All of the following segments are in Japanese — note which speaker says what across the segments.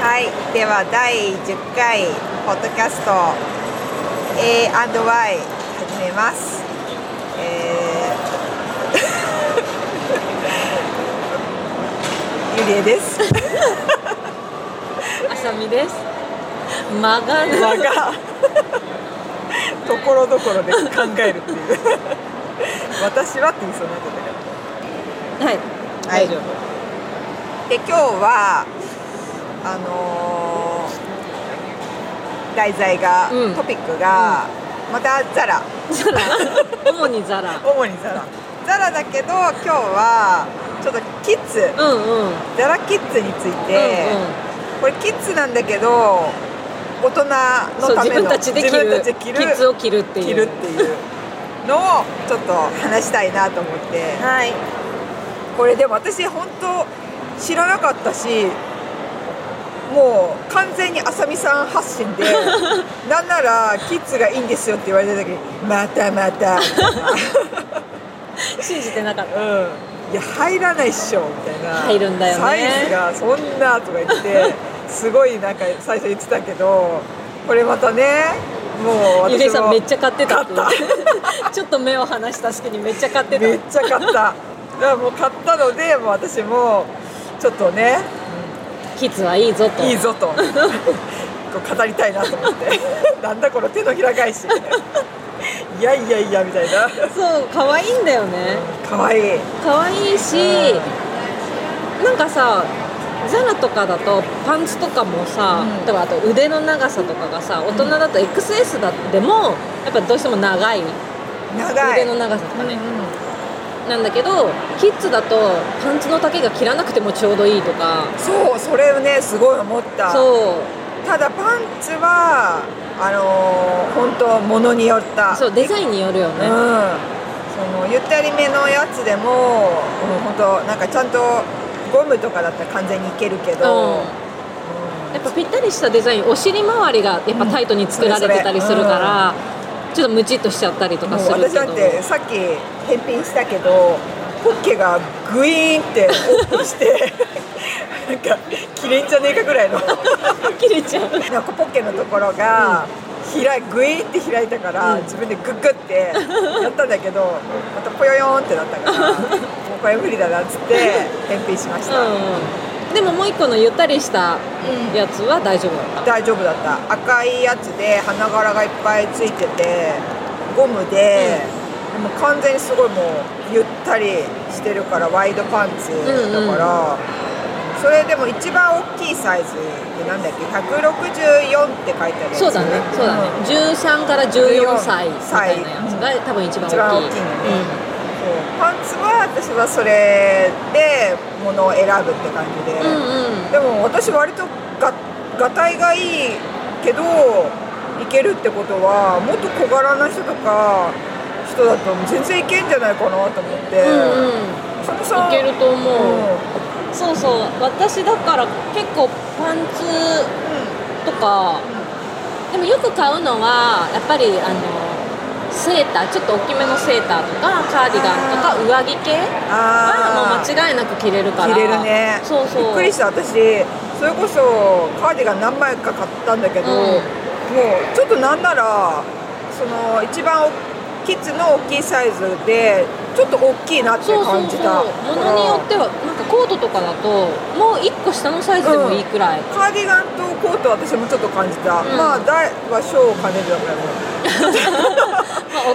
Speaker 1: はい、では第10回ポッドキャスト A&Y 始めます。えー ゆりえです。
Speaker 2: あさみです。曲がる。
Speaker 1: 間が ところどころで考えるっていう 私はって言いそうになっちゃったけど
Speaker 2: はい。
Speaker 1: はい
Speaker 2: 大丈夫。
Speaker 1: で今日はあのー題材が、
Speaker 2: うん
Speaker 1: トピックが、またザラ
Speaker 2: ザラ。主にザラ。
Speaker 1: 主にザラザラだけど今日はちょっとキッズ
Speaker 2: うんうん。
Speaker 1: ザラキッズについて、
Speaker 2: う
Speaker 1: こ
Speaker 2: んうん。
Speaker 1: れキッズなんだけど大人
Speaker 2: そ
Speaker 1: の
Speaker 2: う
Speaker 1: た
Speaker 2: 自
Speaker 1: めの
Speaker 2: 分たちで着
Speaker 1: 自分
Speaker 2: る。
Speaker 1: たちで着る
Speaker 2: キッズを着るっていう。
Speaker 1: 着るっていうのをちょっと話したいなと思って
Speaker 2: はい。
Speaker 1: これでも私本当知らなかったしもう完全にあさみさん発信 でなんならキッズがいいんですよって言われた時に「またまた」みたいな
Speaker 2: 信じてなかった。
Speaker 1: うんいや入らないっしょみたいな
Speaker 2: 入るんだよね
Speaker 1: サイズがそんなとか言って すごいなんか最初言ってたけどこれまたねもう
Speaker 2: ゆりえ
Speaker 1: 私
Speaker 2: さん
Speaker 1: も
Speaker 2: めっちゃ買ってたって
Speaker 1: 買っ。
Speaker 2: ちょっと目を離した隙にめっちゃ買ってた。
Speaker 1: めっちゃ買っただからもう買ったのでもう私もちょっとね
Speaker 2: キッズはいいぞと。
Speaker 1: いいぞと こう語りたいなと思って なんだこの手のひら返しいやいやいやみたいな
Speaker 2: そう可愛いんだよね。
Speaker 1: 可愛いい
Speaker 2: 可愛いし、なんかさザラとかだとパンツとかもさ、
Speaker 1: うん
Speaker 2: 例えばあと腕の長さとかがさ大人だと XS だでもやっぱどうしても長い
Speaker 1: 長い
Speaker 2: 腕の長さとか
Speaker 1: う
Speaker 2: ね、
Speaker 1: んうん
Speaker 2: なんだけどキッズだとパンツの丈が切らなくてもちょうどいいとか
Speaker 1: そうそれをねすごい思った
Speaker 2: そう
Speaker 1: ただパンツはあのー本当ものによった
Speaker 2: そうデザインによるよね、
Speaker 1: うんそのゆったりめのやつでも、うん、本当なんかちゃんとゴムとかだったら完全にいけるけど、
Speaker 2: うんやっぱぴったりしたデザインお尻周りがやっぱタイトに作られてたりするから、ちょっとムチっとしちゃったりと
Speaker 1: も
Speaker 2: か
Speaker 1: う
Speaker 2: するけ
Speaker 1: 私
Speaker 2: ど
Speaker 1: だってさっき返品したけどポッケがグイーンってオープンして なんか切れんじゃねえかぐらいの
Speaker 2: 切れちゃう
Speaker 1: なんかポッケのところが開いグイーンって開いたから、
Speaker 2: うん
Speaker 1: 自分でグッグってやったんだけどまたぽよよんってなったから もうこれ無理だなっつって返品しました、
Speaker 2: うん、でももう一個のゆったりしたやつは大丈夫だった、
Speaker 1: 大丈夫だった赤いやつで花柄がいっぱいついててゴムで、もう完全にすごいもうゆったりしてるからワイドパンツだから、それでも一番大きいサイズってなんだっけ164って書いてあるやつ
Speaker 2: そうだねそうだね、
Speaker 1: ん
Speaker 2: 13から14歳みたいなやつが多分一番
Speaker 1: 一番大
Speaker 2: 大
Speaker 1: き
Speaker 2: き
Speaker 1: い
Speaker 2: い
Speaker 1: のね、そうパンツは私はそれで物を選ぶって感じで、
Speaker 2: うん、うんうん
Speaker 1: でも私割とががたいがいいけどいけるってことはもっと小柄な人とか人だと全然いけんじゃないかなと思って、
Speaker 2: うんうん
Speaker 1: そもそも
Speaker 2: いけると思
Speaker 1: うん
Speaker 2: う、そうそう私だから結構パンツとかでもよく買うのはやっぱりあのセーターちょっと大きめのセーターとかカーディガンとか上着系はも
Speaker 1: あ
Speaker 2: う間違いなく着れるから
Speaker 1: 着れるね
Speaker 2: そうそう
Speaker 1: びっくりした私それこそカーディガン何枚か買ったんだけど、
Speaker 2: うん
Speaker 1: もうちょっとなんならその一番おキッズの大きいサイズでちょっと大きいなって
Speaker 2: そうそうそう
Speaker 1: 感じた
Speaker 2: ものによってはなんかコートとかだともう1個下のサイズでもいいくらい、
Speaker 1: カーディガンとコートは私もちょっと感じた、
Speaker 2: うん
Speaker 1: まあ大は小を兼ねるだからもう
Speaker 2: まあ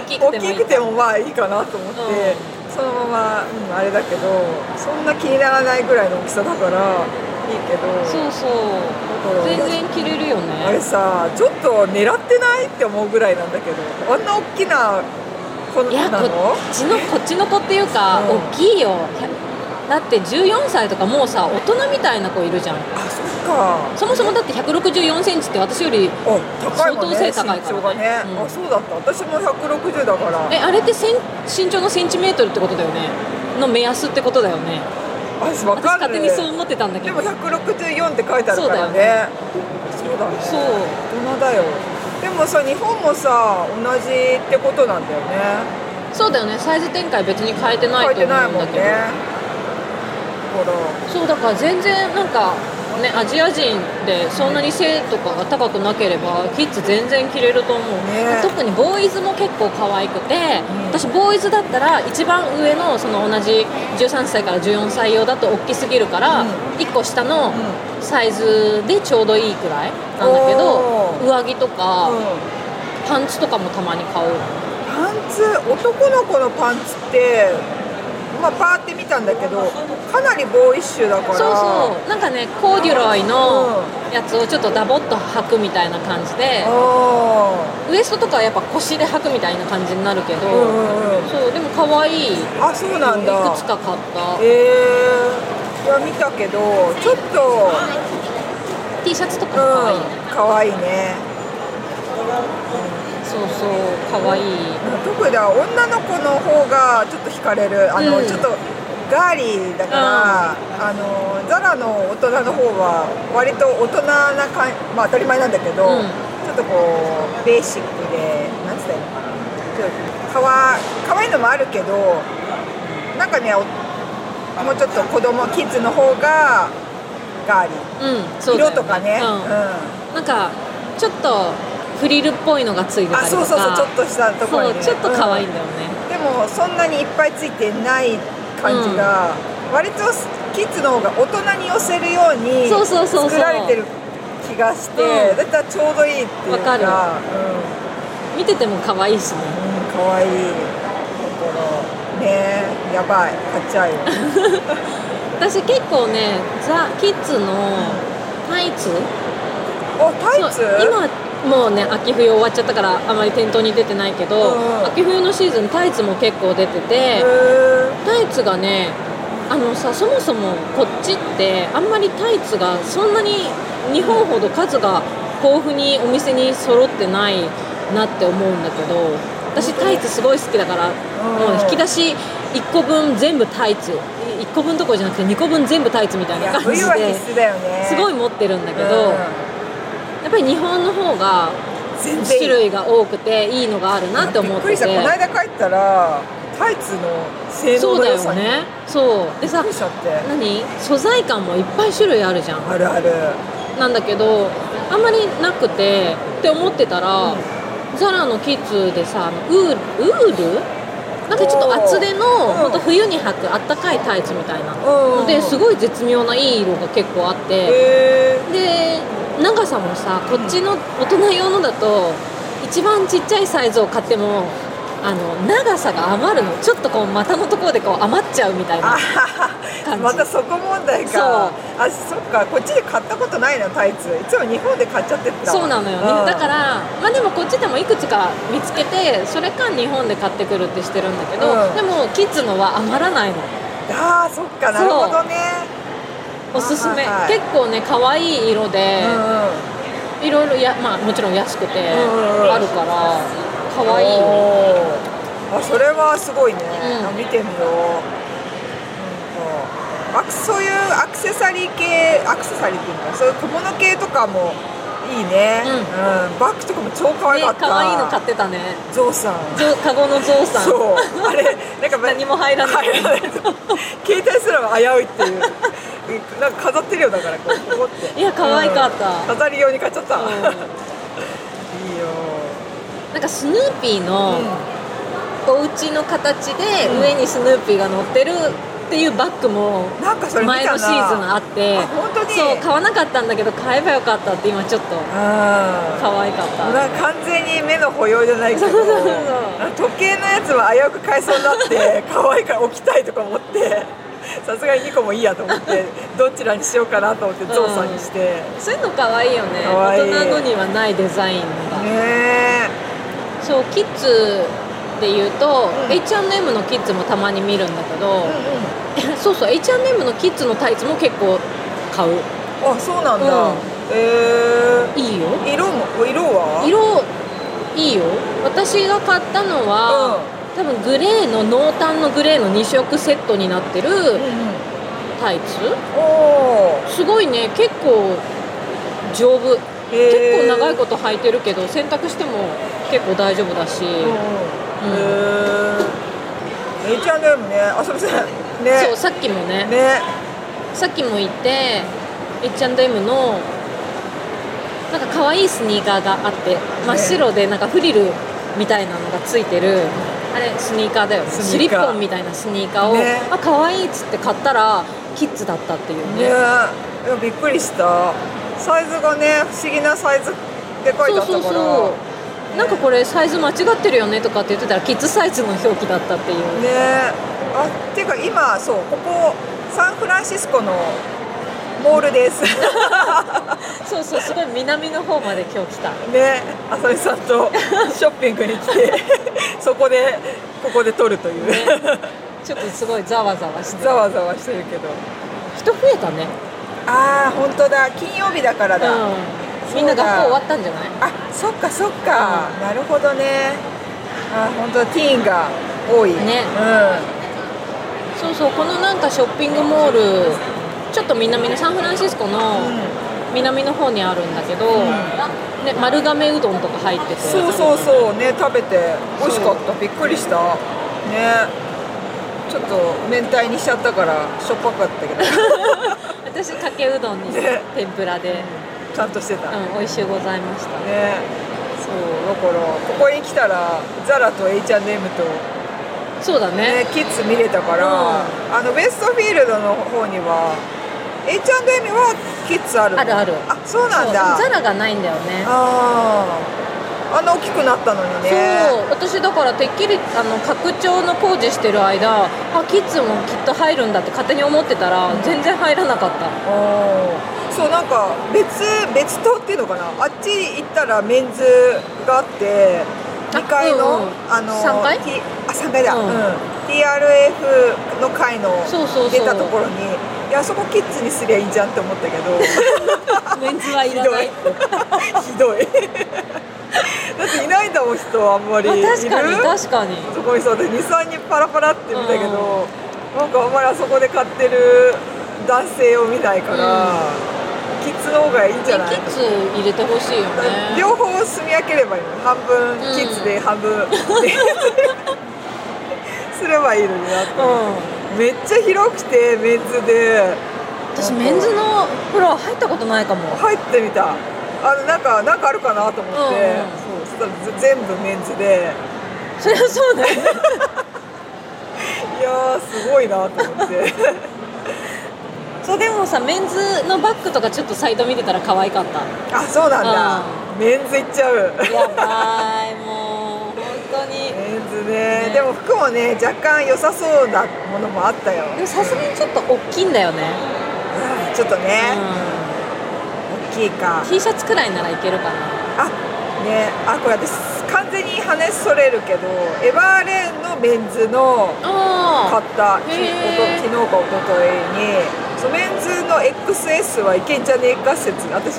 Speaker 2: 大き
Speaker 1: 大
Speaker 2: くてもい
Speaker 1: き
Speaker 2: い
Speaker 1: くてもまあいいかなと思って、そのまま、うん、あれだけどそんな気にならないぐらいの大きさだからいいけど
Speaker 2: そうそう全然着れるよ
Speaker 1: あれ
Speaker 2: ね
Speaker 1: さちょっと狙ってないって思うぐらいなんだけどあんな大きなこの
Speaker 2: いや
Speaker 1: な
Speaker 2: こ
Speaker 1: の
Speaker 2: っちのこっちの子っていうか、
Speaker 1: うん
Speaker 2: 大きいよだって14歳とかもうさ大人みたいな子いるじゃん
Speaker 1: あそっか
Speaker 2: そもそもだって1 6 4センチって私より
Speaker 1: あ高いもんね
Speaker 2: 相当背高いか
Speaker 1: 身
Speaker 2: らね
Speaker 1: 長がね、
Speaker 2: うん
Speaker 1: あそうだった私も160だから
Speaker 2: えあれってせん身長のセンチメートルってことだよねの目安ってことだよね
Speaker 1: 私わ
Speaker 2: 私
Speaker 1: かんな
Speaker 2: 勝
Speaker 1: い
Speaker 2: 手にそう思ってたんだ
Speaker 1: で
Speaker 2: けど
Speaker 1: も164って書いてあるから
Speaker 2: そう
Speaker 1: ねそうだね
Speaker 2: そう
Speaker 1: 大人だよでもさ日本もさ同じってことなんだよね
Speaker 2: そうだよねサイズ展開別に変えてな
Speaker 1: 書
Speaker 2: い
Speaker 1: いて
Speaker 2: と思うんだ
Speaker 1: ない
Speaker 2: けど
Speaker 1: もんねほら
Speaker 2: そうだから全然なんかねアジア人でそんなに背とかが高くなければキッズ全然着れると思う、
Speaker 1: ね
Speaker 2: 特にボーイズも結構可愛くて、
Speaker 1: ん
Speaker 2: 私ボーイズだったら一番上のその同じ13歳から14歳用だと大きすぎるから、
Speaker 1: うん
Speaker 2: 1個下の
Speaker 1: う
Speaker 2: サイズでちょうどいいくらいなんだけど
Speaker 1: おー
Speaker 2: 上着とか、
Speaker 1: うん
Speaker 2: パンツとかもたまに買う
Speaker 1: パンツ男の子のパンツってまあパーって見たんだけどかなりボーイッシュだから
Speaker 2: そうそうなんかねコーデュロイの
Speaker 1: う
Speaker 2: やつをちょっとダボっと履くみたいな感じで
Speaker 1: あ
Speaker 2: ウエストとかはやっぱ腰で履くみたいな感じになるけど、
Speaker 1: ーうんうんうん
Speaker 2: そうでも可愛いいく
Speaker 1: あそうなんだ
Speaker 2: つか買った
Speaker 1: えー、いや見たけどちょっと
Speaker 2: T シャツとかも可愛い、
Speaker 1: うん可愛いね
Speaker 2: そうそう可愛い
Speaker 1: 特にだ女の子の方がちょっと惹かれるあの、
Speaker 2: うん
Speaker 1: ちょっとガーリーだから、あのザラの大人の方は割と大人な感まあ当たり前なんだけど、
Speaker 2: うん
Speaker 1: ちょっとこうベーシックでなんつったらいいのかなちょっとかわかわいいのもあるけどなんかねおもうちょっと子供キッズの方がガーリー
Speaker 2: うんそうだよ
Speaker 1: 色とかね、
Speaker 2: うんなんかちょっとフリルっぽいのがついてた
Speaker 1: あ
Speaker 2: りと
Speaker 1: そ
Speaker 2: か
Speaker 1: うそうそうちょっとしたところに、ね、
Speaker 2: そうちょっと可愛い
Speaker 1: うん
Speaker 2: んだよね、
Speaker 1: でもそんなにいっぱいついてない感じが、割とキッズの方が大人に寄せるように
Speaker 2: そうそうそうそう
Speaker 1: 作られてる気がして
Speaker 2: うん
Speaker 1: だったらちょうどいいっていう
Speaker 2: わかる
Speaker 1: う
Speaker 2: 見てても可愛いしね
Speaker 1: ん、うん、かわいいところねえやばい買っちゃうよ
Speaker 2: 私結構ねザ・キッズのタイツ
Speaker 1: おタイツ
Speaker 2: そう今もうね秋冬終わっちゃったからあまり店頭に出てないけど、
Speaker 1: うん
Speaker 2: 秋冬のシーズンタイツも結構出てて
Speaker 1: へ、ー
Speaker 2: タイツがねあのさそもそもこっちってあんまりタイツがそんなに日本ほど数が豊富にお店に揃ってないなって思うんだけど私タイツすごい好きだから
Speaker 1: うん
Speaker 2: もう引き出し1個分全部タイツ1個分どころじゃなくて2個分全部タイツみたい
Speaker 1: い
Speaker 2: な
Speaker 1: や
Speaker 2: 感じ
Speaker 1: 冬は必須
Speaker 2: で
Speaker 1: だよね
Speaker 2: すごい
Speaker 1: うん
Speaker 2: 持ってるんだけどやっぱり日本の方が
Speaker 1: 全然いい
Speaker 2: 種類が多くていいのがあるなって思
Speaker 1: びっ
Speaker 2: っ
Speaker 1: く
Speaker 2: て
Speaker 1: りしたこの
Speaker 2: て
Speaker 1: 間帰ったらタイツの性
Speaker 2: そ
Speaker 1: 能
Speaker 2: う
Speaker 1: の
Speaker 2: だ
Speaker 1: 良
Speaker 2: よ
Speaker 1: さに
Speaker 2: ねそうで
Speaker 1: びっ
Speaker 2: さ
Speaker 1: くりしちゃって
Speaker 2: 何素材感もいっぱい種類あるじゃん
Speaker 1: あるある
Speaker 2: なんだけどあんまりなくてって思ってたら、ザラのキッズでさあのウールウールなんかちょっと厚手の、
Speaker 1: うん
Speaker 2: ほんと冬に履くあったかいタイツみたいな
Speaker 1: うん
Speaker 2: のですごい絶妙ないい色が結構あって、
Speaker 1: へえ
Speaker 2: で長さもさこっちの大人用のだと一番ちっちゃいサイズを買ってもあの長さが余るのちょっとこう股のところでこう余っちゃうみたいな
Speaker 1: あはは
Speaker 2: 感じ
Speaker 1: またそこ問題か
Speaker 2: そう
Speaker 1: あそっかこっちで買ったことないなタイツいつも日本で買っちゃってた
Speaker 2: そうなのよね、だかららまあでもこっちでもいくつか見つけてそれか日本で買ってくるってしてるんだけど、
Speaker 1: うん
Speaker 2: でもキッズのは余らないの
Speaker 1: あーそっかなるほどね
Speaker 2: おすすめ、
Speaker 1: はいはいはい
Speaker 2: 結構ね可愛い色で
Speaker 1: う、んうん
Speaker 2: いろいろやまあもちろん安くて
Speaker 1: うんうん
Speaker 2: あるから可愛い
Speaker 1: お
Speaker 2: よ
Speaker 1: ーあそれはすごいね、
Speaker 2: うん
Speaker 1: あ見てみようなんかアクそういうアクセサリー系アクセサリーっていうのかなそういう小物系とかもいいね、
Speaker 2: うん
Speaker 1: んバッグとかも超可愛
Speaker 2: ね
Speaker 1: かった、
Speaker 2: 可愛いの買ってたね
Speaker 1: ゾウさん
Speaker 2: ゾウカゴのゾウさん
Speaker 1: そうあれなんか
Speaker 2: 何も入らない
Speaker 1: 入らない携帯すらも危ういっていううんなんか飾ってるよだからこうここって
Speaker 2: いや可愛かった
Speaker 1: うん飾り用に買っちゃった、
Speaker 2: う
Speaker 1: い
Speaker 2: ん
Speaker 1: いよ
Speaker 2: なんかスヌーピー
Speaker 1: う
Speaker 2: の
Speaker 1: ん
Speaker 2: お家の形で上にスヌーピーが乗ってるっていうバッグも
Speaker 1: なんかそれ見たな
Speaker 2: 前のシーズンあって
Speaker 1: あ本当に
Speaker 2: そう買わなかったんだけど買えばよかったって今ちょっと
Speaker 1: あ
Speaker 2: 可愛かっ
Speaker 1: あ
Speaker 2: た
Speaker 1: なんか完全に目の保養じゃないけど
Speaker 2: そうそうそう
Speaker 1: なんか時計のやつは危うく買いそうになって可愛いから置きたいとか思ってさすがに2個もいいやと思ってどちらにしようかなと思ってゾウさんにして、
Speaker 2: そういうの可愛いよね
Speaker 1: 可愛い
Speaker 2: 大人のにはないデザインが、
Speaker 1: ねえ
Speaker 2: そうキッズでいうと、
Speaker 1: うん
Speaker 2: H&M のキッズもたまに見るんだけど、
Speaker 1: う
Speaker 2: そうそう H&M のキッズのタイツも結構買うん
Speaker 1: うん、あそうなんだ、
Speaker 2: うん
Speaker 1: ええ
Speaker 2: いいよ
Speaker 1: 色も色は
Speaker 2: 色いいよ私が買ったのは、多分グレーの濃淡のグレーの2色セットになってる
Speaker 1: うんうん
Speaker 2: タイツ、
Speaker 1: おー
Speaker 2: すごいね結構丈夫結
Speaker 1: へー
Speaker 2: 構長いこと履いてるけど洗濯しても結構大丈夫だし、
Speaker 1: うんうんへえ H&M ねあすみませんね
Speaker 2: そうさっきもね
Speaker 1: ね
Speaker 2: さっきも言って H&M のなんか可愛いスニーカーがあって真っ白でなんかフリルみたいなのがついてるあれスニーカーだよね
Speaker 1: ス
Speaker 2: ス
Speaker 1: ニ
Speaker 2: リ
Speaker 1: ーカー
Speaker 2: ッポンみたいなスニーカーを、
Speaker 1: ね
Speaker 2: あ可愛いっつって買ったらキッズだったっていう
Speaker 1: ね
Speaker 2: ね
Speaker 1: えでもびっくりしたサイズがね不思議なサイズで書いてあっ
Speaker 2: そう
Speaker 1: たから
Speaker 2: そうそうなんかこれサイズ間違ってるよねとかって言ってたらキッズサイズの表記だったっていう、
Speaker 1: ねえあていうか今そうここサンフランシスコのモールです
Speaker 2: そうそうすごい南の方まで今日来 た
Speaker 1: ね浅見さんとショッピングに来てそこでここで撮るという、
Speaker 2: ちょっとすごいざわざわして
Speaker 1: ざわざわしてるけど
Speaker 2: 人増えたね
Speaker 1: ああ本当だ金曜日だからだ、
Speaker 2: うんみんな学校終わったんじゃない
Speaker 1: あそっかそっか、なるほどねあ本当ティーンが多い
Speaker 2: ね
Speaker 1: う
Speaker 2: そうそうこのなんかショッピングモールちょっと南のサンフランシスコの
Speaker 1: ん、うん
Speaker 2: 南の方にあるんだけど、ね、丸亀うどんとか入ってて
Speaker 1: そうそうそうね食べて美味しかったびっくりしたねちょっと明太にしちゃったからしょっぱかったけ ど
Speaker 2: 私かけうどんに
Speaker 1: ね
Speaker 2: 天ぷらで、
Speaker 1: ちゃんとしてた、ね
Speaker 2: うん、美味しゅうございました
Speaker 1: そうだからここに来たらザラと H&M と、
Speaker 2: そうだね
Speaker 1: ね、キッズ見れたから、
Speaker 2: うん
Speaker 1: あのウェストフィールドの方には H&M はキッズあるの
Speaker 2: あるある
Speaker 1: あそうなんだ
Speaker 2: そうザラがないんだよね
Speaker 1: あああんな大きくなったのにね
Speaker 2: そう私だからてっきりあの拡張の工事してる間あキッズもきっと入るんだって勝手に思ってたら全然入らなかっ
Speaker 1: お
Speaker 2: た
Speaker 1: ーそうなんか別別棟っていうのかなあっち行ったらメンズがあって
Speaker 2: あ
Speaker 1: 2階の、
Speaker 2: うんうん
Speaker 1: あの
Speaker 2: 三階
Speaker 1: T- あ三階だ、
Speaker 2: う
Speaker 1: うんん TRF の階の
Speaker 2: そうそうそう
Speaker 1: 出たところにいやそこキッズにすりゃいいじゃんって思ったけどひ
Speaker 2: メンズはいら ない
Speaker 1: どい だっていないんだもん人あんまり
Speaker 2: まあ、確か
Speaker 1: いる
Speaker 2: に確かに
Speaker 1: そこにそうで23人パラパラって見たけど、なんかあんまりあそこで買ってる男性を見ないから、キッズの方がいいんじゃない
Speaker 2: キッズ入れてほしいよね
Speaker 1: 両方住み分ければいいの半分
Speaker 2: うん
Speaker 1: キッズで 半分、すればいいのになって、
Speaker 2: うん
Speaker 1: めっちゃ広くてメンズで
Speaker 2: 私メンズのフロア入ったことないかも
Speaker 1: 入ってみたあのなんかなんかあるかなと思って、
Speaker 2: う
Speaker 1: そうそしたらず全部メンズで
Speaker 2: そりゃそうだよね
Speaker 1: いやーすごいなと思って
Speaker 2: そうでもさメンズのバッグとかちょっとサイト見てたら可愛かっ た
Speaker 1: あそうなんだ、メンズ行っちゃう
Speaker 2: やばいもう本当に
Speaker 1: メンズね
Speaker 2: ね
Speaker 1: でも服もね若干良さそうなものもあったよ
Speaker 2: でもさすがにちょっと大きいんだよね、
Speaker 1: うんちょっとね、大
Speaker 2: う
Speaker 1: きいか
Speaker 2: ん、T シャツくらいならいけるかな
Speaker 1: あねあこれ私完全に話それるけどエバーレーンのメンズの買
Speaker 2: あ
Speaker 1: ったきおと
Speaker 2: へー
Speaker 1: 昨日かおとといにそうメンズの XS はいけんじゃねえか説私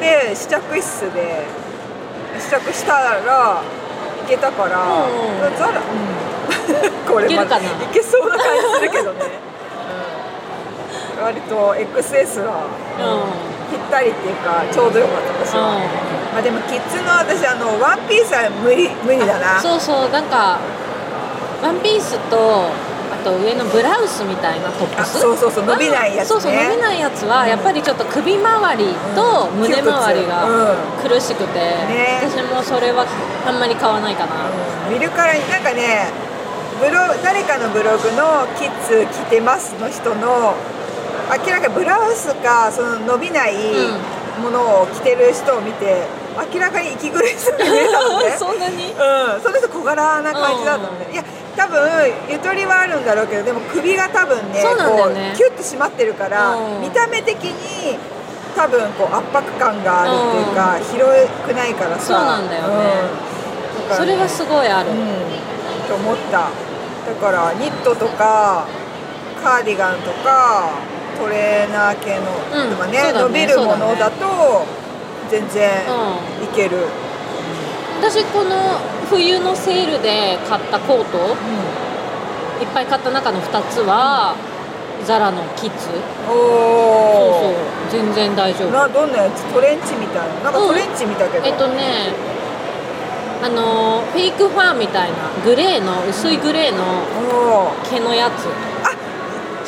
Speaker 1: で試着室で試着したらいけたから、
Speaker 2: うんうん
Speaker 1: ザラ、 これ
Speaker 2: いけるかない
Speaker 1: けそうな感じするけどね、うん、割と XS は、
Speaker 2: う
Speaker 1: ぴったりっていうかちょうどよかった私は、
Speaker 2: ん、
Speaker 1: まあ、でもキッズの私あのワンピースは無理無理だ
Speaker 2: うん、
Speaker 1: な
Speaker 2: そうそうなんかワンピースとあと上のブラウスみたいなトップ
Speaker 1: あ
Speaker 2: ス
Speaker 1: そうそうそう伸びないやつね
Speaker 2: そうそう伸びないやつはやっぱりちょっと首周りと
Speaker 1: うん
Speaker 2: 胸周りが
Speaker 1: 窮
Speaker 2: 苦しくて、
Speaker 1: ね
Speaker 2: 私もそれはあんまり買わないか
Speaker 1: う
Speaker 2: な、
Speaker 1: ん見るからになんかねブロ誰かのブログの「キッズ着てます」の人の明らかにブラウスかその伸びないものを着てる人を見て明らかに息苦しそうに見えたのね
Speaker 2: そんなに
Speaker 1: うん、その人小柄な感じだったのね、
Speaker 2: うん
Speaker 1: いや多分ゆとりはあるんだろうけどでも首が多分ね
Speaker 2: そうなんだよ
Speaker 1: こ
Speaker 2: ね
Speaker 1: うキュッと締まってるから、
Speaker 2: うん
Speaker 1: 見た目的に多分こう圧迫感があるっていうか、広くないからさ
Speaker 2: そうなんだよね
Speaker 1: うんだから
Speaker 2: それはすごいある、
Speaker 1: うんと思っただからニットとかカーディガンとかトレーナー系の、
Speaker 2: うん
Speaker 1: とかね
Speaker 2: そうだね
Speaker 1: 伸びるものだと全然いける、
Speaker 2: 私この冬のセールで買ったコートいっぱい買った中の2つは、ザラのキッズ
Speaker 1: お
Speaker 2: そ
Speaker 1: お
Speaker 2: うそう全然大丈夫
Speaker 1: などんなやつトレンチみたいななんかトレンチ見たけど、
Speaker 2: えっとねあのフェイクファーみたいなグレーの薄いグレーの
Speaker 1: おー
Speaker 2: 毛のやつ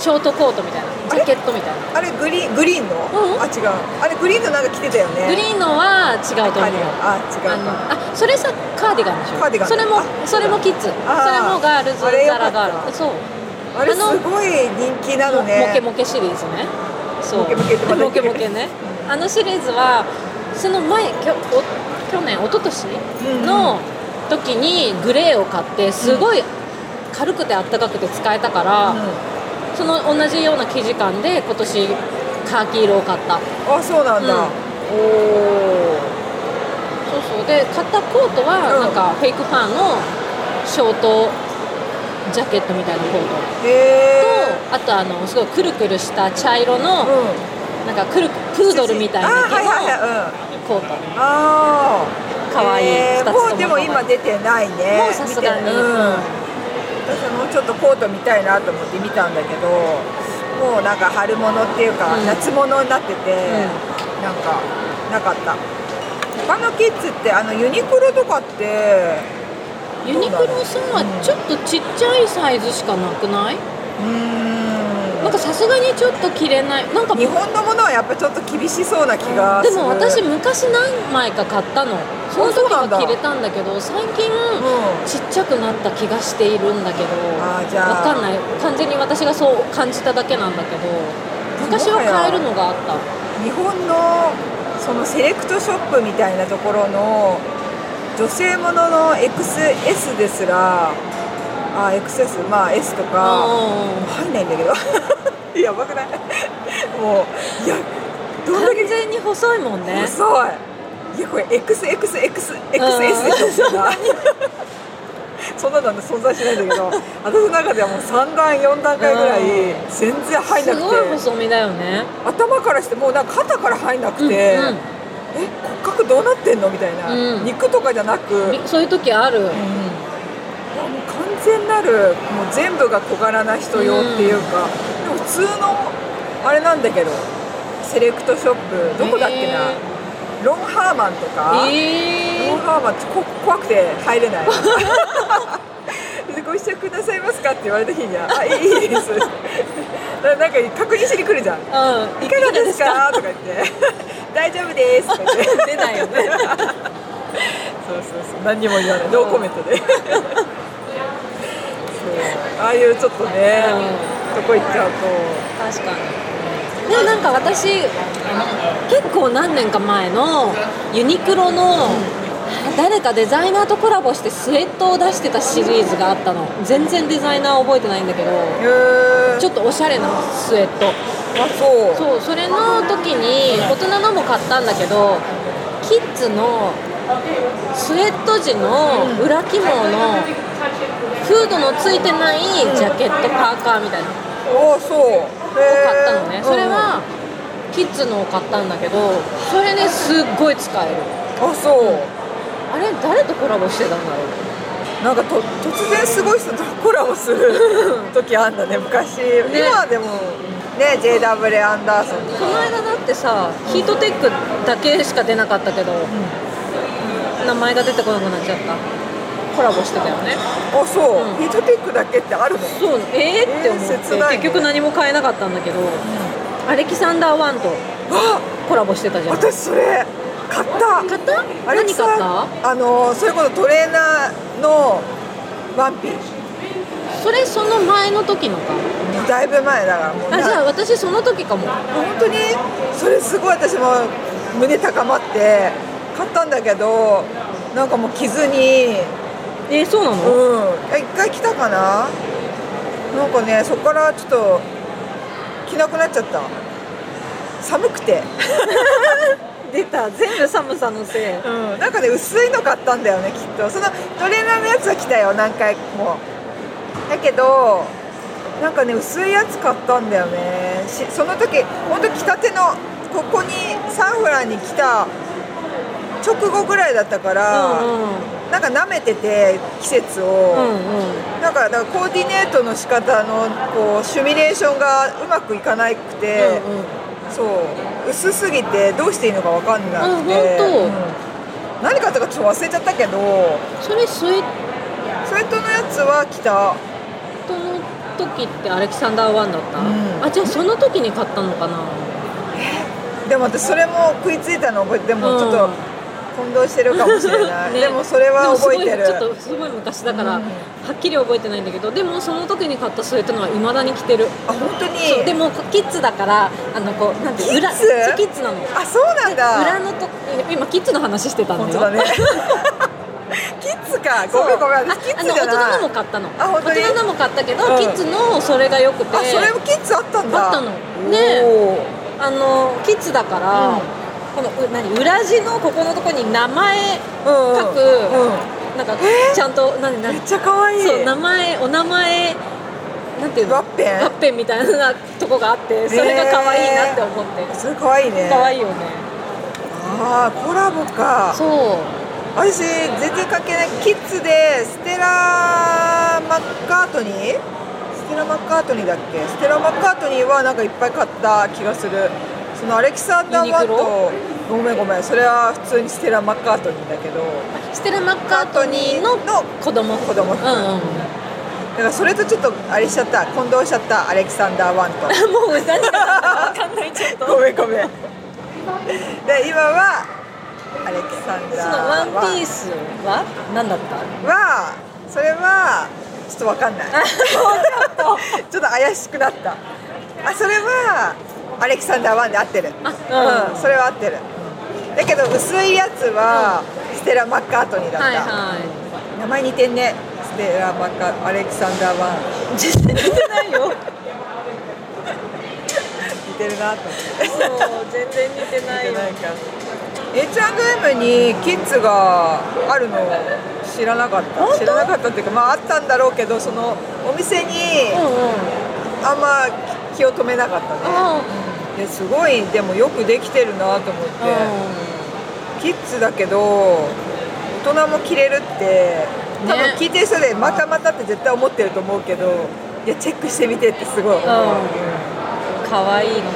Speaker 2: ショートコートみたいなジャケットみたいな
Speaker 1: あれグリーングリーンの、
Speaker 2: うん
Speaker 1: あ違うあれグリーンのなんか着てたよね
Speaker 2: グリーンのは違うと思う
Speaker 1: あ違うか
Speaker 2: あのあそれさカーディガンでしょ
Speaker 1: カーディガン
Speaker 2: それも
Speaker 1: あ
Speaker 2: それもキッズそれ
Speaker 1: あー
Speaker 2: もガールズ
Speaker 1: あれよか
Speaker 2: ザラ
Speaker 1: った
Speaker 2: ガールそう
Speaker 1: あれ
Speaker 2: あ
Speaker 1: す
Speaker 2: の
Speaker 1: ごい人気なの
Speaker 2: モ
Speaker 1: ね
Speaker 2: ケモケシリーズねそう
Speaker 1: モケモケってまた言
Speaker 2: モ
Speaker 1: って
Speaker 2: ケ
Speaker 1: る
Speaker 2: モケねあのシリーズはその前きょお去年一昨年
Speaker 1: うん
Speaker 2: の時にグレーを買ってすごい軽くてあったかくて使えたから、
Speaker 1: う
Speaker 2: その同じような生地感で今年カーキ色を買った
Speaker 1: ん、あそうなんだ、
Speaker 2: う
Speaker 1: お
Speaker 2: ん
Speaker 1: お
Speaker 2: そうそうで買ったコートは
Speaker 1: うん
Speaker 2: なんかフェイクファーのショートジャケットみたいなコート
Speaker 1: へえ
Speaker 2: とあとあのすごいくるくるした茶色
Speaker 1: う
Speaker 2: の、
Speaker 1: ん
Speaker 2: なんかくるプードルみたいな
Speaker 1: あはいはいはいうん
Speaker 2: コート、
Speaker 1: ああ
Speaker 2: 可愛い二つとも
Speaker 1: もうでも今出てないね
Speaker 2: もうさすがに、
Speaker 1: 見てうん、私もちょっとコート見たいなと思って見たんだけどもうなんか春物っていうか、
Speaker 2: うん
Speaker 1: 夏物になってて、なんかなかった他のキッズってあのユニクロとかって
Speaker 2: ユニクロさんはちょっとちっちゃいサイズしかなくない、
Speaker 1: うーん
Speaker 2: なんかさすがにちょっと着れないなんか
Speaker 1: 日本のものはやっぱちょっと厳しそうな気が
Speaker 2: です
Speaker 1: る
Speaker 2: も私昔何枚か買ったのその
Speaker 1: そう
Speaker 2: 時
Speaker 1: な
Speaker 2: は
Speaker 1: んだ
Speaker 2: 着れたんだけど最近、
Speaker 1: う
Speaker 2: ちっちゃくなった気がしているんだけど
Speaker 1: あ
Speaker 2: わ
Speaker 1: ーじゃあ
Speaker 2: かんない完全に私がそう感じただけなんだけど昔は買えるのがあった
Speaker 1: 日本のそのセレクトショップみたいなところの女性ものの XS ですらあ XS まあ S とか
Speaker 2: うん
Speaker 1: 入んないんだけど やばくない もういやどんだけ
Speaker 2: 完全に細いもんね
Speaker 1: 細いいやこれ XXXXXS でしょそんな そんなの存在しないんだけど私の中ではもう3段4段階ぐらい全然入んな
Speaker 2: す
Speaker 1: くて
Speaker 2: ごい細身だよね
Speaker 1: 頭からしてもうなんか肩から入んなくて、
Speaker 2: うんうん
Speaker 1: え骨格どうなってんのみたいな、
Speaker 2: うん
Speaker 1: 肉とかじゃなく、うん、い
Speaker 2: みそういう時ある、
Speaker 1: やもう完全なるもう全部が小柄な人用っていうか、でも普通のあれなんだけどセレクトショップどこだっけな、
Speaker 2: へ
Speaker 1: ロンハーマンとか、
Speaker 2: え
Speaker 1: ロン
Speaker 2: ー、
Speaker 1: ハーマンってこ怖くて入れないでご一緒くださいますかって言われた日には「あいいいいです」 ななんか確認しに来るじゃん
Speaker 2: うん
Speaker 1: いかがですかとか言って 「大丈夫です」とか言って
Speaker 2: 出ないよね
Speaker 1: そうそうそう何にも言わないノーコメントでそうああいうちょっとね、とこ行っちゃうと
Speaker 2: 確かにでもなんか私結構何年か前のユニクロの誰かデザイナーとコラボしてスウェットを出してたシリーズがあったの全然デザイナー覚えてないんだけど
Speaker 1: へえ
Speaker 2: ちょっとおしゃれなスウェット
Speaker 1: あそう
Speaker 2: そうそれの時に大人のも買ったんだけどキッズのスウェット地の裏起毛のフードのついてないジャケットパーカーみたいな
Speaker 1: おそうへ
Speaker 2: を
Speaker 1: え
Speaker 2: 買ったのね、それはキッズのを買ったんだけどそれねすっごい使える
Speaker 1: うんあそう、
Speaker 2: あれ誰とコラボしてたんだろう
Speaker 1: なんかと突然すごい人とコラボする時あんだね昔
Speaker 2: ね
Speaker 1: 今はでもね JW アンダーソンと
Speaker 2: この間だってさヒートテックだけしか出なかったけど、名前が出てこなくなっちゃったコラボしてたよね
Speaker 1: かあそう、
Speaker 2: うん
Speaker 1: ヒートテックだけってあるの
Speaker 2: そうえー、って思って、
Speaker 1: えー切ないね
Speaker 2: 結局何も買えなかったんだけど、アレキサンダーワンと
Speaker 1: あ
Speaker 2: コラボしてたじゃん買っ
Speaker 1: 私それ買った
Speaker 2: た
Speaker 1: あれ
Speaker 2: 何買った
Speaker 1: さあのそれこそトレーナーのワンピ
Speaker 2: それその前の時のか
Speaker 1: だいぶ前だからもうな
Speaker 2: あじゃあ私その時かも
Speaker 1: 本当にそれすごい私も胸高まって買ったんだけどなんかもう着ずに
Speaker 2: えー、そうなの、
Speaker 1: うん一回着たかななんかねそこからちょっと着なくなっちゃった寒くて、
Speaker 2: 出た全部寒さのせい
Speaker 1: うん、なんかね薄いの買ったんだよねきっとそのトレーナーのやつは着たよ何回もだけどなんかね薄いやつ買ったんだよねしその時ほんと着たてのここにサンフランに来た直後ぐらいだったから、
Speaker 2: う
Speaker 1: なんか舐めてて季節を、
Speaker 2: んうんうんうん
Speaker 1: なんかだからコーディネートの仕方のこうシミュレーションがうまくいかなくて、
Speaker 2: うんうん
Speaker 1: そう薄すぎてどうしていいのか分かんなくて、
Speaker 2: あ本
Speaker 1: うん何買ったかちょっと忘れちゃったけど
Speaker 2: それスウェッ
Speaker 1: スウェットのやつは着た
Speaker 2: トの時ってアレキサンダーワンだった、
Speaker 1: うん
Speaker 2: あじゃあその時に買ったのかな
Speaker 1: でも私それも食いついたの覚えてでもちょっ
Speaker 2: う
Speaker 1: と
Speaker 2: ん
Speaker 1: 混同してるかもしれない、
Speaker 2: ね
Speaker 1: でもそれは覚えてる
Speaker 2: でもすごいちょっとすごい昔だから、
Speaker 1: うん
Speaker 2: はっきり覚えてないんだけどでもその時に買ったスウェットのはいまだに着てる
Speaker 1: あ本当に
Speaker 2: そうでもキッズだからあのこうなんて
Speaker 1: キッズ
Speaker 2: 裏そうキッズなの
Speaker 1: あそうなんだ
Speaker 2: 裏のと今キッズの話してたんだよ
Speaker 1: 本当だね キッズか
Speaker 2: そう
Speaker 1: ごめんごめん
Speaker 2: あ
Speaker 1: 私キッ
Speaker 2: あ
Speaker 1: ズ
Speaker 2: の
Speaker 1: じゃ
Speaker 2: 大
Speaker 1: ない
Speaker 2: 人のも買ったの
Speaker 1: あ本当に
Speaker 2: 大人のも買ったけど、
Speaker 1: うん
Speaker 2: キッズのそれがよくて
Speaker 1: あそれもキッズあったんだ
Speaker 2: あったのね
Speaker 1: おー
Speaker 2: あのキッズだから、
Speaker 1: うん
Speaker 2: このう何裏地のここのとこに名前
Speaker 1: うん
Speaker 2: 書く
Speaker 1: うん
Speaker 2: なんかちゃんと何何
Speaker 1: めっちゃ可愛い
Speaker 2: そう名前お名前なんていうの
Speaker 1: ワッペン
Speaker 2: ワッペンみたいなとこがあってそれが可愛いなって思って、
Speaker 1: それ可愛いね
Speaker 2: 可愛いよね
Speaker 1: ああコラボか
Speaker 2: そう
Speaker 1: 私全然関係ないキッズでステラマッカートニーステラマッカートニーだっけステラマッカートニーはなんかいっぱい買った気がするそのアレキサンダーワン
Speaker 2: ユニク
Speaker 1: とごめんごめんそれは普通にステラマッカートニーだけど
Speaker 2: ステラ・マッカートニーの
Speaker 1: の
Speaker 2: 子供
Speaker 1: 子供服
Speaker 2: うんうん
Speaker 1: だからそれとちょっとあれしちゃった混同しちゃったアレキサンダーワンと
Speaker 2: もう何が何だか分かんないちょっと
Speaker 1: ごめんごめんで今はアレキサン
Speaker 2: その
Speaker 1: ダー
Speaker 2: ワ
Speaker 1: ワ
Speaker 2: ン
Speaker 1: ン
Speaker 2: ピースは何だった
Speaker 1: はそれはちょっとわかん ない ちょっと怪しくなったあそれはアレキサンダーワンで合ってるうん、
Speaker 2: あうん
Speaker 1: それは合ってるだけど薄いやつはステラ・マッカートニーだった、
Speaker 2: はいは
Speaker 1: 名前似てんねステラ・マッカアレキサンダーワン
Speaker 2: い全然似てな いよ
Speaker 1: 似てるなと思って
Speaker 2: そう全然似てないよ
Speaker 1: なんか H&M にキッズがあるの知らなかった知らなかったっていうかまああったんだろうけどそのお店に
Speaker 2: うんうん
Speaker 1: あんま気を止めなかったね
Speaker 2: あ
Speaker 1: ですごいでもよくできてるなと思って、キッズだけど大人も着れるって多分聞いてる人でまたまたって絶対思ってると思うけどいやチェックしてみてってすごい思う、
Speaker 2: うん可愛いのがいっ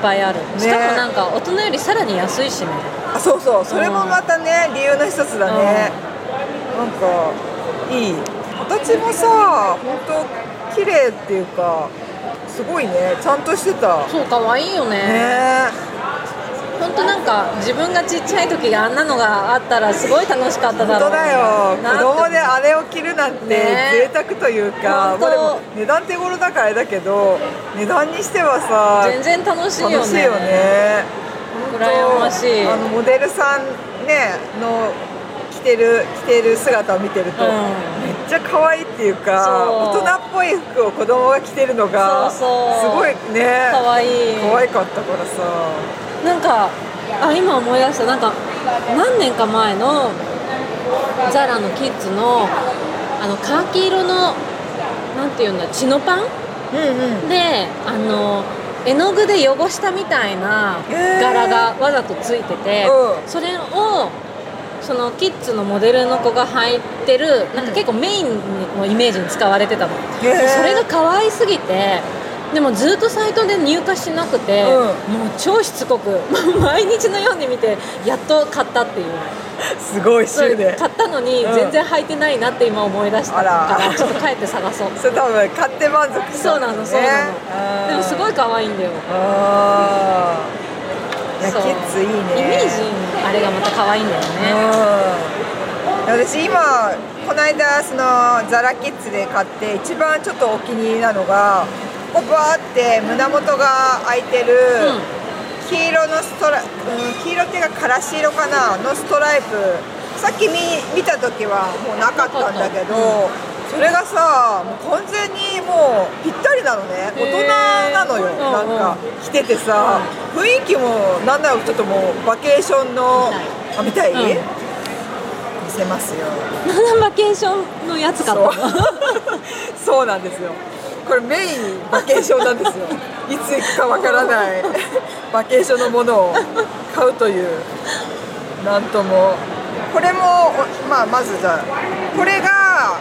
Speaker 2: ぱいある、しかもなんか大人よりさらに安いしね
Speaker 1: あそうそうそれもまたね理由の一つだね、なんかいい形もさ本当綺麗っていうかすごいねちゃんとしてた
Speaker 2: そう可愛いよね
Speaker 1: ね
Speaker 2: 本当なんか自分がちっちゃい時があんなのがあったらすごい楽しかっただ
Speaker 1: 本
Speaker 2: ろ
Speaker 1: 当
Speaker 2: う
Speaker 1: だよ
Speaker 2: なって
Speaker 1: 子供であれを着るなんて
Speaker 2: ね
Speaker 1: 贅沢というか、ま
Speaker 2: 本当
Speaker 1: あでも値段手頃だからあれだけど値段にしてはさ
Speaker 2: 全然楽しいよね
Speaker 1: 楽しいよね本当
Speaker 2: 羨ましい
Speaker 1: あのモデルさんねの着てる着てる姿を見てると、
Speaker 2: うん
Speaker 1: めっちゃ可愛いっていうか
Speaker 2: そう
Speaker 1: 大人っぽい服を子供が着てるのが
Speaker 2: そうそう
Speaker 1: すごいね
Speaker 2: 可愛い
Speaker 1: 可愛かったからさ
Speaker 2: なんかあ今思い出したなんか何年か前のザラのキッズのあのカーキ色のなんていうんだチノパ
Speaker 1: う
Speaker 2: ン
Speaker 1: んうん
Speaker 2: であの絵の具で汚したみたいな
Speaker 1: へー
Speaker 2: 柄がわざとついてて、
Speaker 1: うん
Speaker 2: それをそのキッズのモデルの子が履いてるなんか結構メインのイメージに使われてたの、
Speaker 1: へー
Speaker 2: それが可愛すぎてでもずっとサイトで入荷しなくて、
Speaker 1: う
Speaker 2: もう超しつこくも う毎日のように見てやっと買ったっていう
Speaker 1: すごい
Speaker 2: それ
Speaker 1: 週で
Speaker 2: 買ったのに
Speaker 1: うん
Speaker 2: 全然履いてないなって今思い出したから,、
Speaker 1: あら
Speaker 2: ちょっと帰って探そう
Speaker 1: それ多分買って満足した
Speaker 2: そうなのそ うなの、でもすご
Speaker 1: い
Speaker 2: い可愛いんだよ
Speaker 1: あーいやキ
Speaker 2: そう
Speaker 1: ッズいいね
Speaker 2: イメージあれがまた可愛いんだよ
Speaker 1: うん
Speaker 2: ね
Speaker 1: 私今この間そのザラキッズで買って一番ちょっとお気に入りなのがここバーって胸元が開いてる
Speaker 2: うん
Speaker 1: 黄色のストラ、うん、黄色っていうかからし色かなのストライプさっき見見た時はもうなかったんだけど、それがさもう完全にもうぴったりなのね大人なのよ、
Speaker 2: へー
Speaker 1: なんか着ててさ、雰囲気もなんだろうちょっともうバケーションのあ見たい、
Speaker 2: うん
Speaker 1: 見せますよ
Speaker 2: 7バケーションのやつ買ったの
Speaker 1: そうそう なんですよこれメインバケーションなんですよいつ行くかわからないバケーションのものを買うというなんともこれもおまあまずじゃあこれが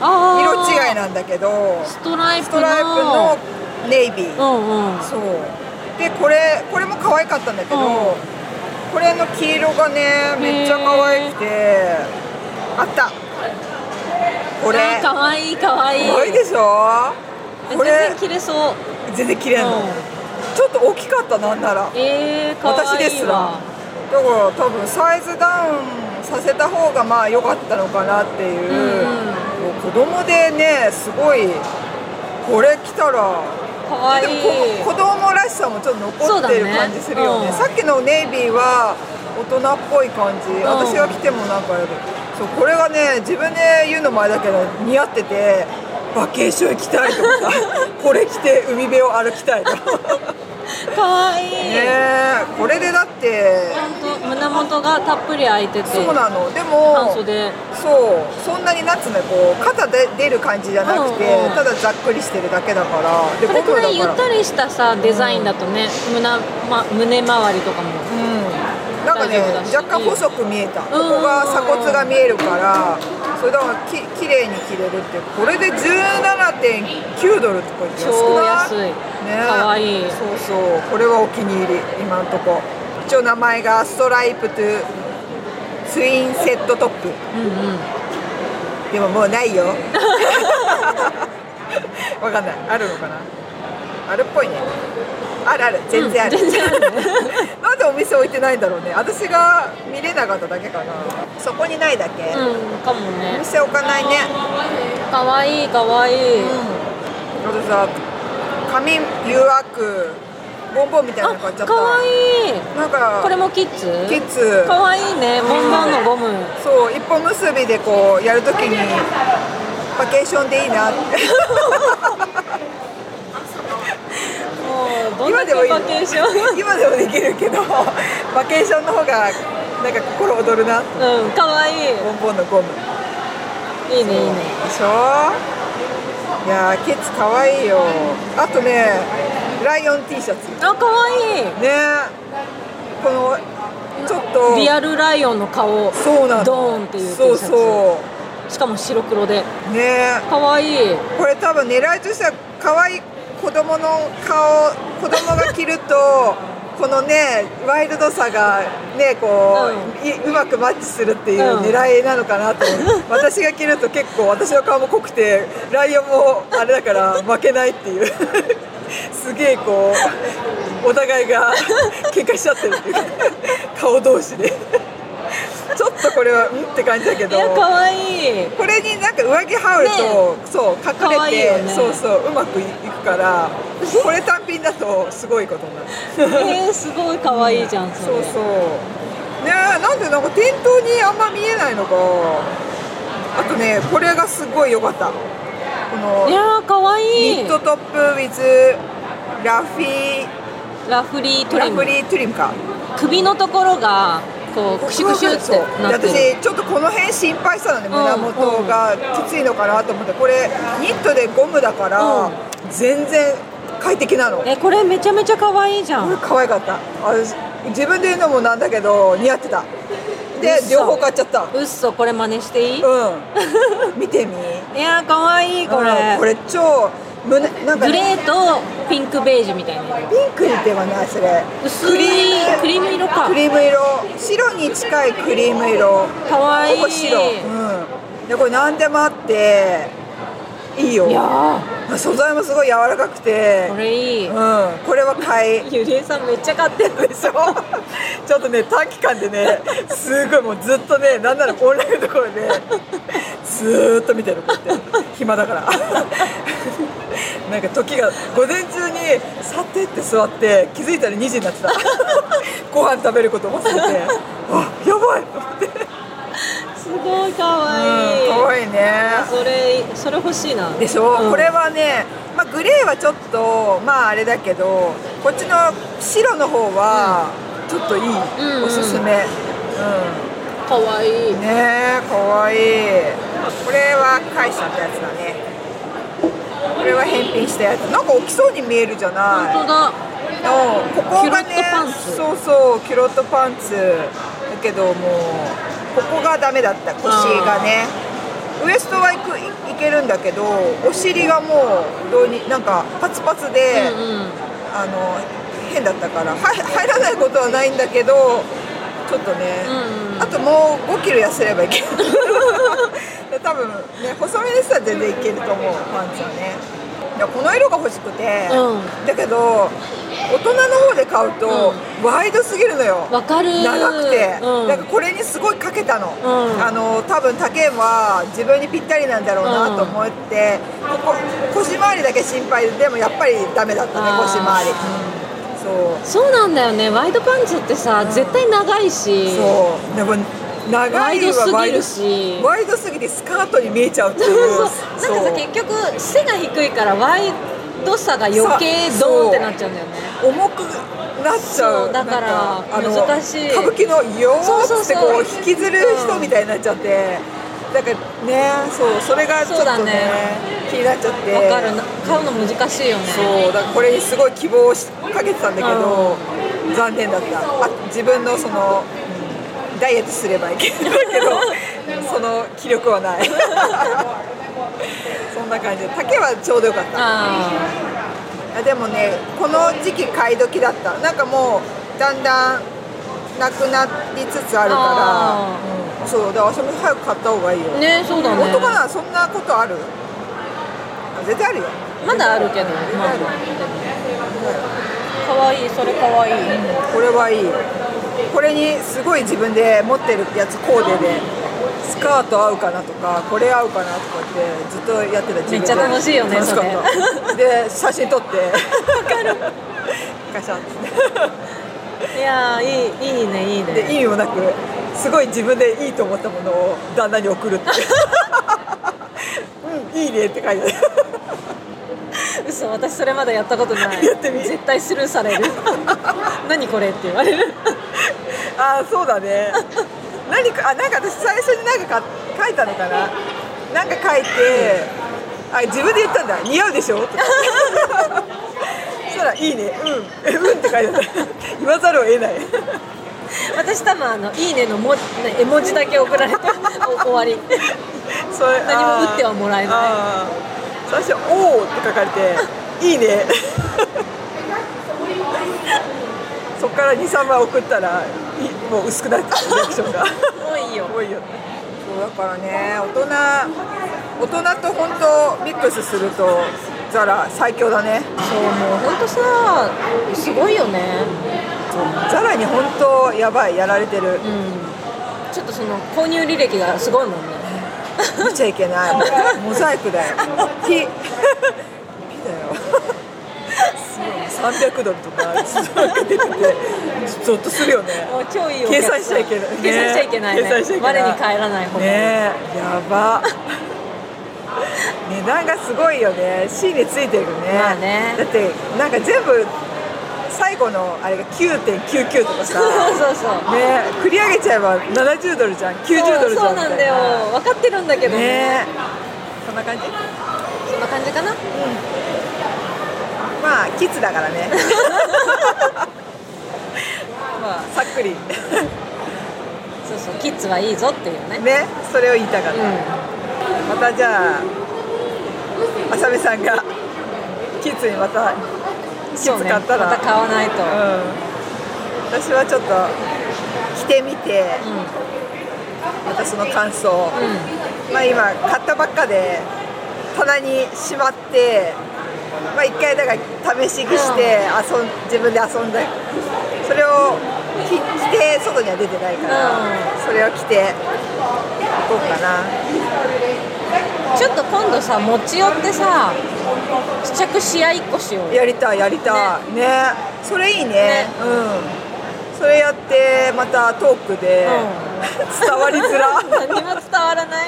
Speaker 2: あ
Speaker 1: 色
Speaker 2: ー
Speaker 1: 違いなんだけど
Speaker 2: ストライプ
Speaker 1: スト
Speaker 2: の
Speaker 1: ライプのネイビー
Speaker 2: うんうん
Speaker 1: そうでこれこれも可愛かったんだけど、
Speaker 2: うん
Speaker 1: これの黄色がねめっちゃ可愛くてあったこれ
Speaker 2: あーかわいいかわいい
Speaker 1: すごいでしょ
Speaker 2: え
Speaker 1: こ
Speaker 2: 全
Speaker 1: れ
Speaker 2: 然着れそう
Speaker 1: 全然綺麗なの、
Speaker 2: うん
Speaker 1: ちょっと大きかったなんなら
Speaker 2: えー、かわいいわ
Speaker 1: 私ですらだから多分サイズダウンさせた方がまあ良かったのかなっていう、
Speaker 2: う
Speaker 1: もう子供でねすごいこれ着たら
Speaker 2: かわい
Speaker 1: で
Speaker 2: い
Speaker 1: もこ子供らしさもちょっと残ってる感じするよね
Speaker 2: そう
Speaker 1: さっ
Speaker 2: だね
Speaker 1: きのネイビーは大人っぽい感じ、私が着てもなんかそうこれがね自分で言うのもあれだけど似合っててバケーション行きたいとか これ着て海辺を歩きたいとか
Speaker 2: かわい
Speaker 1: ね
Speaker 2: い、
Speaker 1: えこれでだって
Speaker 2: ちゃんと胸元がたっぷり開いてて
Speaker 1: そうなので
Speaker 2: 半
Speaker 1: も
Speaker 2: 袖
Speaker 1: そうそんなになんつうのこう肩で出る感じじゃなくて、
Speaker 2: うんうん
Speaker 1: ただざっくりしてるだけだからで
Speaker 2: これくらいゆ
Speaker 1: ゴムだか
Speaker 2: っ
Speaker 1: ら
Speaker 2: たりしたさデザインだとね、胸ま、胸周りとかも
Speaker 1: うんなんかね
Speaker 2: 大丈夫だし
Speaker 1: 若干細く見えた、こ
Speaker 2: うん
Speaker 1: こが鎖骨が見えるからそれだからき綺麗に着れるっていうこれで17.9ドルとか安くない
Speaker 2: 超安い
Speaker 1: ね
Speaker 2: 可愛い
Speaker 1: そうそうこれはお気に入り今んとこ一応名前がストライプとツインセットトップ
Speaker 2: うんうん
Speaker 1: でももうないよ わかんないあるのかなあるっぽいねあるある全然ある、
Speaker 2: うん全然ある
Speaker 1: なんでお店置いてないんだろうね私が見れなかっただけかなそこにないだけ、
Speaker 2: うんかも
Speaker 1: お
Speaker 2: ね
Speaker 1: 店置かないね
Speaker 2: かわいいかわいい、
Speaker 1: うん私さ紙誘惑ボンボンみたいな
Speaker 2: あ
Speaker 1: の買っちゃった
Speaker 2: かわいい
Speaker 1: なんか
Speaker 2: これもキッズ
Speaker 1: キッズ
Speaker 2: かわいいねボンボンのゴム
Speaker 1: そう一本結びでこうやるときにバケーションでいいなって
Speaker 2: もうど
Speaker 1: 今
Speaker 2: んだ
Speaker 1: でもい
Speaker 2: け
Speaker 1: いの
Speaker 2: バケーション
Speaker 1: 今でもできるけどバケーションの方がなんか心躍るな
Speaker 2: うんかわいい
Speaker 1: ボンボンのゴム
Speaker 2: いいねいいね
Speaker 1: でしょいやーキッズかわいいよあとねライオン T シャツね
Speaker 2: あかわいい
Speaker 1: このちょっと
Speaker 2: リアルライオンの顔
Speaker 1: そうなの
Speaker 2: ドーンっていう T シャツ
Speaker 1: そうそう
Speaker 2: しかも白黒で
Speaker 1: ね
Speaker 2: かわいい
Speaker 1: これ多分狙いとしては可愛い子供の顔子供が着る とこのねワイルドさがねこう、いうまくマッチするっていううん狙いなのか なと、私が着ると結構私の顔も濃くてライオンもあれだから負けないっていう すげえこうお互い が喧嘩しちゃってるっていう顔同士でちょっとこれはうんって感じだけ
Speaker 2: い
Speaker 1: ど
Speaker 2: やかわいい
Speaker 1: これになんか上着羽織ると、そう隠
Speaker 2: 可
Speaker 1: れ
Speaker 2: 愛い
Speaker 1: て
Speaker 2: よね
Speaker 1: そうそううまくいくからこれ単品だとすごいことに なる
Speaker 2: えー、すごい可愛いじゃんそ
Speaker 1: そ
Speaker 2: れ
Speaker 1: うそうねえなんでなんか店頭にあんま見えないのかあとねこれがすごい良かったこの
Speaker 2: いやー可愛い
Speaker 1: ニットトップ with ラフィー
Speaker 2: ラフリート
Speaker 1: ラ
Speaker 2: リム
Speaker 1: フリートリムか
Speaker 2: 首のところがこうクシュクシュってなってる
Speaker 1: で私ちょっとこの辺心配したのね
Speaker 2: ん
Speaker 1: 胸元がきついのかなと思ってこれニットでゴムだから
Speaker 2: うん
Speaker 1: 全然快適なのこれ
Speaker 2: えこれめちゃめちゃ可愛いじゃん
Speaker 1: 可愛かった私自分で言うのもなんだけど似合ってたで
Speaker 2: 嘘
Speaker 1: 両方買っちゃった う
Speaker 2: うっそこれ真似していい、
Speaker 1: ん見てみ
Speaker 2: いやー可愛いこれ,、
Speaker 1: うんこれ超胸なんか
Speaker 2: グレ
Speaker 1: ね
Speaker 2: ーとピンクベージュみたいな
Speaker 1: ピンクではないそれ
Speaker 2: 薄いクリーム色か
Speaker 1: クリーム色白に近いクリーム色
Speaker 2: 可愛い
Speaker 1: ほぼ白、うん、でこれ何でもあっていいよ
Speaker 2: いや
Speaker 1: 素材もすごい柔らかくて
Speaker 2: ーこれいい、
Speaker 1: うん、これは買い
Speaker 2: ゆりえさんめっちゃ買ってる
Speaker 1: でしょちょっとね短期間でねすごいもうずっとねなんならオンラインのところでずーっと見てるこうやって暇だから なんか時が午前中にさてって座って気づいたら2時になってたご飯食べること忘れてあやばいと思って
Speaker 2: すごい可愛い、
Speaker 1: かわいいね
Speaker 2: それそれ欲しいな
Speaker 1: でしょ、
Speaker 2: うん
Speaker 1: これはね、まあ、グレーはちょっとまああれだけどこっちの白の方はちょっといい、
Speaker 2: んうん
Speaker 1: おすすめ、
Speaker 2: 可愛い
Speaker 1: うん、ねえかわいいこれは返しちゃったやつだねこれは返品したやつなんか大きそうに見えるじゃない
Speaker 2: 本当だ
Speaker 1: うんここがね
Speaker 2: キュロットパンツ
Speaker 1: そうそうキュロットパンツだけどもうここがダメだった腰がねウエストはいくいいけるんだけどお尻がもうどうになんかパツパツで、
Speaker 2: うんうん
Speaker 1: あの変だったからは入らないことはないんだけどちょっとね、
Speaker 2: うんうん
Speaker 1: あともう5キロ痩せればいけるだで 多分ね細めでしたら全然いけると思うパンツはねいやこの色が欲しくて、
Speaker 2: う
Speaker 1: だけど大人の方で買うと、ワイドすぎるのよ
Speaker 2: わかる
Speaker 1: 長くて、
Speaker 2: うん
Speaker 1: なんかこれにすごいかけたの、
Speaker 2: ん
Speaker 1: あの多分竹は自分にぴったりなんだろうなと思って、ここ腰回りだけ心配ででもやっぱりダメだったね
Speaker 2: あー
Speaker 1: 腰回り、そう
Speaker 2: そうなんだよねワイドパンツってさ、絶対長いし
Speaker 1: そうでも長いは
Speaker 2: ワイドすぎるし
Speaker 1: ワイドすぎてスカートに見えちゃうっていう
Speaker 2: そうなんかさ結局背が低いからワイドさが余計
Speaker 1: さ
Speaker 2: ドーンってなっちゃうんだよね
Speaker 1: 重くなっちゃう
Speaker 2: そうだから
Speaker 1: なんあの
Speaker 2: 難しい
Speaker 1: 歌舞伎の「よ
Speaker 2: そう
Speaker 1: ー」
Speaker 2: そう
Speaker 1: って
Speaker 2: そう
Speaker 1: こう引きずる人みたいになっちゃって、だからねそうそれがちょっ
Speaker 2: そ
Speaker 1: と
Speaker 2: うだ
Speaker 1: ね
Speaker 2: ね
Speaker 1: 気になっちゃって
Speaker 2: わかるな買うの難しいよね
Speaker 1: そうだからこれにすごい希望をしかけてたんだけど、残念だったあ自分のそのうんダイエットすればいいけど その気力はない そんな感じで丈はちょうどよかった
Speaker 2: あ
Speaker 1: あでもねこの時期買い時だったなんかもうだんだんなくなりつつある
Speaker 2: あ
Speaker 1: から、うんそうだからそれも早く買った方がいいよ、
Speaker 2: あねそうだね
Speaker 1: 男ならそんなことあるあ絶対あるよ
Speaker 2: まだあるけど
Speaker 1: 絶
Speaker 2: ま
Speaker 1: 対あ
Speaker 2: あ
Speaker 1: る、
Speaker 2: 可愛いそれ可愛い
Speaker 1: これはいいこれにすごい自分で持ってるやつコーデでスカート合うかなとかこれ合うかなとかってずっとやってた自分で
Speaker 2: めっちゃ楽しいよね
Speaker 1: 楽しかったで写真撮って分かるガシャンって
Speaker 2: いやーいいいいねいいね
Speaker 1: で意味もなくすごい自分でいいと思ったものを旦那に送 るってうんいいねって書いてある
Speaker 2: 嘘私それまだやったことない
Speaker 1: やってみ
Speaker 2: 絶対スルーされる 何これって言われる
Speaker 1: ああそうだね何かあなんか私最初に何かか書いたのかななんか書いてあ自分で言ったんだ似合うでしょとかそしたらいいねうんうんって書いてあった言わざるを得ない
Speaker 2: 私多分あの「いいね」のも絵文字だけ送られてお終わり
Speaker 1: それ
Speaker 2: 何も打ってはもらえない
Speaker 1: い最初「おお」って書かれて「いいね」そっから23枚送ったらいもう薄くなっちゃうリアクションが
Speaker 2: 多いよ
Speaker 1: 多いよねそうだからね大人大人と本当ミックスするとザラ最強だね
Speaker 2: そうもうほんとさすごいよね
Speaker 1: ザラに本当やばいやられてる
Speaker 2: うんちょっとその購入履歴がすごいもんね
Speaker 1: 見ちゃいけないもうモザイクだよピピだよすごい300ドルとか出ててゾッとするよね
Speaker 2: もう超いいお
Speaker 1: 計
Speaker 2: 客さ
Speaker 1: 算
Speaker 2: ん
Speaker 1: しちゃいけないね
Speaker 2: 計算しちゃいけないね
Speaker 1: 計算しちゃいけない
Speaker 2: 我に返らない方
Speaker 1: ねえやば 値段がすごいよね C についてるね,、
Speaker 2: まあね
Speaker 1: だってなんか全部最後のあれが9.99とかさ
Speaker 2: そうそうそう
Speaker 1: ねえ繰り上げちゃえば70ドルじゃん90ドルじ
Speaker 2: そう
Speaker 1: ゃ
Speaker 2: そ
Speaker 1: んみた
Speaker 2: うないんだよ分かってるんだけどね
Speaker 1: ねえそんな感じ
Speaker 2: そんな感じかな
Speaker 1: まあキッズだから ねまあさっくり
Speaker 2: そうそうキッズはいいぞっていうね
Speaker 1: ねそれを言いたかっ
Speaker 2: う
Speaker 1: た、
Speaker 2: ん
Speaker 1: またじゃあ浅見さんがキッズにまたキッズ買ったら、
Speaker 2: また買わないと、う
Speaker 1: うん私はちょっと着てみて
Speaker 2: ん
Speaker 1: またその感想、
Speaker 2: う
Speaker 1: まあ今買ったばっかで棚にしまってまあ一回だから試し着して遊ん自分で遊んだそれを着着て外には出てないから、
Speaker 2: う
Speaker 1: それを着て行こうかな。
Speaker 2: ん、ちょっと今度さ持ち寄ってさ試着試合1個しようよ
Speaker 1: やりたいやりたいねそれいいね
Speaker 2: ね
Speaker 1: うんそれやってまたトークで、伝わりづら伝わ
Speaker 2: 何も伝わらない
Speaker 1: らな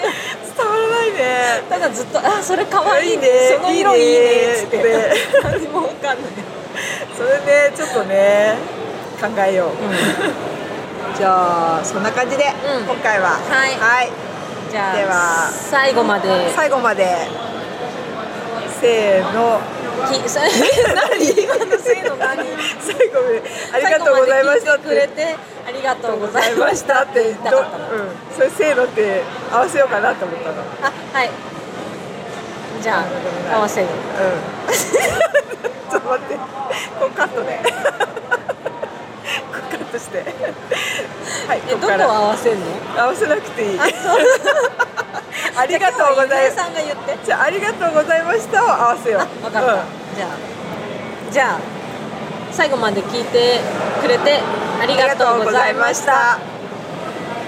Speaker 1: いね
Speaker 2: ただずっと「あそれかわい
Speaker 1: い
Speaker 2: いね
Speaker 1: いね
Speaker 2: その色いいね」っつっ
Speaker 1: いいね
Speaker 2: て 何も分かんない
Speaker 1: それでちょっとね考えよう、じゃあそんな感じで、
Speaker 2: ん
Speaker 1: 今回は
Speaker 2: はいじゃあ
Speaker 1: では
Speaker 2: 最後まで
Speaker 1: 最後までせーの
Speaker 2: きさ何今のせい
Speaker 1: 最後
Speaker 2: の何
Speaker 1: までありがとうございましたっ
Speaker 2: 最後まで聞いてくれ
Speaker 1: て
Speaker 2: てありが
Speaker 1: ありがとう
Speaker 2: とうご
Speaker 1: ご
Speaker 2: ざ
Speaker 1: ざ
Speaker 2: い
Speaker 1: い
Speaker 2: ま
Speaker 1: ま
Speaker 2: し
Speaker 1: したた
Speaker 2: っ
Speaker 1: ってて
Speaker 2: 言いた
Speaker 1: ど
Speaker 2: か
Speaker 1: う
Speaker 2: ったの
Speaker 1: ん、それせーのって合わせようかなと思ったの
Speaker 2: あはいじゃあ合わせる
Speaker 1: うん ちょっと待って、こうカットで。こうカットして。はい、
Speaker 2: えどこ
Speaker 1: から
Speaker 2: 合わせるの
Speaker 1: 合わせなくていい。
Speaker 2: あそう
Speaker 1: ありがとうござい
Speaker 2: じゃあ今日はゆりえさんが言って
Speaker 1: じゃあありがとうございましたを合わせよう
Speaker 2: あ分かった、じゃあじゃあ最後まで聞いてくれてありがとうございました
Speaker 1: ありがとうございました